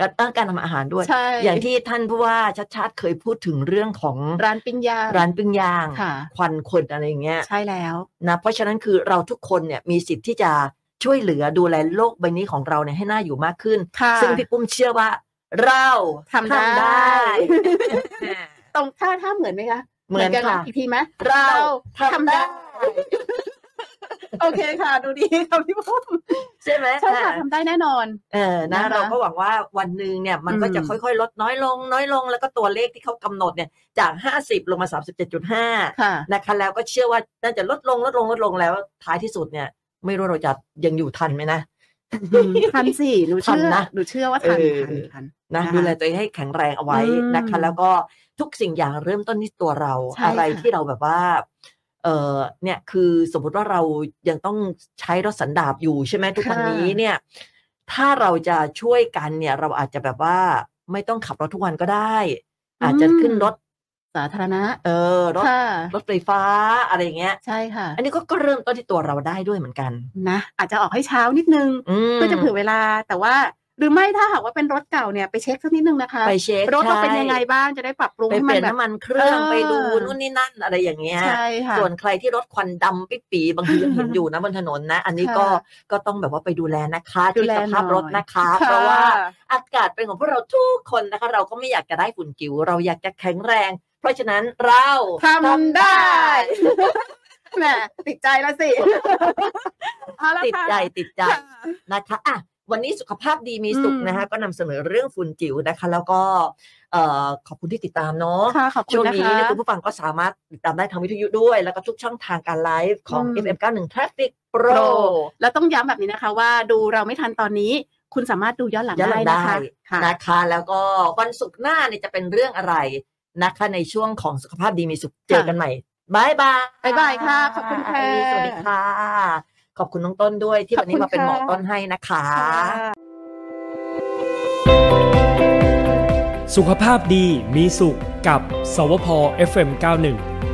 [SPEAKER 2] การเอ่อการทำอาหารด้วย
[SPEAKER 3] ใช่
[SPEAKER 2] อย่างที่ท่านผู้ว่าชัดชาติเคยพูดถึงเรื่องของ
[SPEAKER 3] ร้านปิ้งย่าง
[SPEAKER 2] ร้านปิ้งย่าง
[SPEAKER 3] ค่ะ
[SPEAKER 2] ควันขวนอะไรอย่างเงี้ย
[SPEAKER 3] ใช่แล้ว
[SPEAKER 2] นะเพราะฉะนั้นคือเราทุกคนเนี่ยมีสิทธิ์ที่จะช่วยเหลือดูแลโลกใบนี้ของเราเนี่ยให้น่าอยู่มากขึ้น
[SPEAKER 3] ค่ะ
[SPEAKER 2] ซึ่งพี่ปุ้มเชื่อว่า เรา
[SPEAKER 3] ทำได้ ตรงท่าท่าเหมือนไหมคะ
[SPEAKER 2] เหมือน
[SPEAKER 3] กั
[SPEAKER 2] ค่ะ
[SPEAKER 3] อีกทีไหม
[SPEAKER 2] เราทำได้
[SPEAKER 3] โอเคค่ะ ดูดีค่ะพี่พุ่ม
[SPEAKER 2] ใช่ไหม
[SPEAKER 3] ใช่ค่ะ
[SPEAKER 2] ค่ะ
[SPEAKER 3] ทำได้แน่นอน
[SPEAKER 2] เออนะ
[SPEAKER 3] นะคะ
[SPEAKER 2] เราก็หวังว่าวันหนึ่งเนี่ยมันก็จะ
[SPEAKER 3] อืม
[SPEAKER 2] ค่อยๆ ลดน้อยลง น้อยลงแล้วก็ตัวเลขที่เขากำหนดเนี่ยจาก 50 ลงมา 37.5
[SPEAKER 3] ค่ะ
[SPEAKER 2] นะคะแล้วก็เชื่อว่าน่าจะลดลงลดลงลดลงแล้วท้ายที่สุดเนี่ย ไม่รู้เราจะยังอยู่ทันไหมนะ
[SPEAKER 3] ทันสิหนู
[SPEAKER 2] ทัน
[SPEAKER 3] เชื่อ
[SPEAKER 2] นะ
[SPEAKER 3] หนูเชื่อว่าทัน
[SPEAKER 2] เออ
[SPEAKER 3] ทันทัน
[SPEAKER 2] นะ
[SPEAKER 3] นะคะ
[SPEAKER 2] ดูแลตัวเองให้แข็งแรงเอาไว้นะคะ
[SPEAKER 3] อืม
[SPEAKER 2] แล้วก็ทุกสิ่งอย่างเริ่มต้นที่ตัวเรา
[SPEAKER 3] ใช่
[SPEAKER 2] อะไร
[SPEAKER 3] ค่ะ
[SPEAKER 2] ที่เราแบบว่า เออเนี่ยคือสมมติว่าเรายังต้องใช้รถสันดาปอยู่ใช่ไหมทุกวัน
[SPEAKER 3] ค่ะ
[SPEAKER 2] นี้เนี่ย ถ้าเราจะช่วยกันเนี่ย เราอาจจะแบบว่าไม่ต้องขับรถทุกวันก็ได้ อาจจะขึ้นรถ
[SPEAKER 3] สาธารณะ
[SPEAKER 2] เออรถ
[SPEAKER 3] ค่ะ
[SPEAKER 2] รถไฟฟ้าอะไรอย่างเงี้ย
[SPEAKER 3] ใช่ค่ะ
[SPEAKER 2] อันนี้ก็ก็เริ่มต้นที่ตัวเราได้ด้วยเหมือนกัน
[SPEAKER 3] นะอาจจะออกให้เช้านิดนึง
[SPEAKER 2] อืม
[SPEAKER 3] เพื่อจะเผื่อเวลาแต่ว่า หรือไม่ถ้าหากว่าเป็นรถเก่าเนี่ยไปเช็คสักนิดนึงนะคะ
[SPEAKER 2] ไปเช็ค
[SPEAKER 3] รถเราเป็น
[SPEAKER 2] ใช่
[SPEAKER 3] ยังไงบ้างจะได้ปรับปรุง
[SPEAKER 2] ไป
[SPEAKER 3] ให้
[SPEAKER 2] เป
[SPEAKER 3] มัน
[SPEAKER 2] ลี่ยน
[SPEAKER 3] แบบ
[SPEAKER 2] น้ำมันเครื่อง
[SPEAKER 3] เออ
[SPEAKER 2] ไปดูนู่นนี่นั่นอะไรอย่างเงี้ย
[SPEAKER 3] ใช่ค่ะ
[SPEAKER 2] ส่วนใครที่รถควันดำปิ๊บปีบางทียังเห็นอยู่นะบนถนนนะ อันนี้ก็
[SPEAKER 3] ค่ะ
[SPEAKER 2] ก็ต้องแบบว่าไปดูแลนะคะ
[SPEAKER 3] ดู
[SPEAKER 2] ที่
[SPEAKER 3] แล
[SPEAKER 2] สภาพ
[SPEAKER 3] หน่อย
[SPEAKER 2] รถนะคะ เพราะว่าอากาศเป็นของพวกเราทุกคนนะคะ เราก็ไม่อยากจะได้ฝุ่นกิ๋วเราอยากจะแข็งแรง เพราะฉะนั้นเรา
[SPEAKER 3] ทำได้แหมติดใจแล้วสิเอาละ
[SPEAKER 2] ติด
[SPEAKER 3] ค่ะ
[SPEAKER 2] ใจติดใจ
[SPEAKER 3] ค่ะ
[SPEAKER 2] นะคะอ่ะวันนี้สุขภาพดีมีสุขนะคะ ก็นำเสนอเรื่องฝุ่นจิ๋วนะคะ แล้วก็เอ่อขอบคุณที่ติดตามเนาะ
[SPEAKER 3] ค่ะขอบคุ
[SPEAKER 2] ช่ว
[SPEAKER 3] ณ
[SPEAKER 2] ง
[SPEAKER 3] นะ
[SPEAKER 2] นี้
[SPEAKER 3] คะ
[SPEAKER 2] เนี่ยคุณผู้ฟังก็สามารถติดตามได้ทางวิทยุด้วย แล้วก็ทุกช่องทางการไลฟ์ของ
[SPEAKER 3] อืม
[SPEAKER 2] FM 91 Traffic
[SPEAKER 3] โป
[SPEAKER 2] Pro
[SPEAKER 3] ร แล้วต้องย้ำแบบนี้นะคะ ว่าดูเราไม่ทันตอนนี้ คุณสามารถดูย้อนหลัง
[SPEAKER 2] ย้อนหลั
[SPEAKER 3] ได้
[SPEAKER 2] งได้
[SPEAKER 3] นะคะค่ะ
[SPEAKER 2] นะคะ แล้วก็วันศุกร์หน้าเนี่ยจะเป็นเรื่องอะไรนะคะ ในช่วงของสุขภาพดีมีสุขเจอกันใหม่บายบาย
[SPEAKER 3] บ๊ายบายค่ะขอบคุณค่ะ
[SPEAKER 2] สวัสดีค่ะ ขอบคุณน้องต้นด้วยที่วันนี้มาเป็นหมอต้นให้นะคะ
[SPEAKER 1] สุขภาพดีมีสุขกับสวพ FM91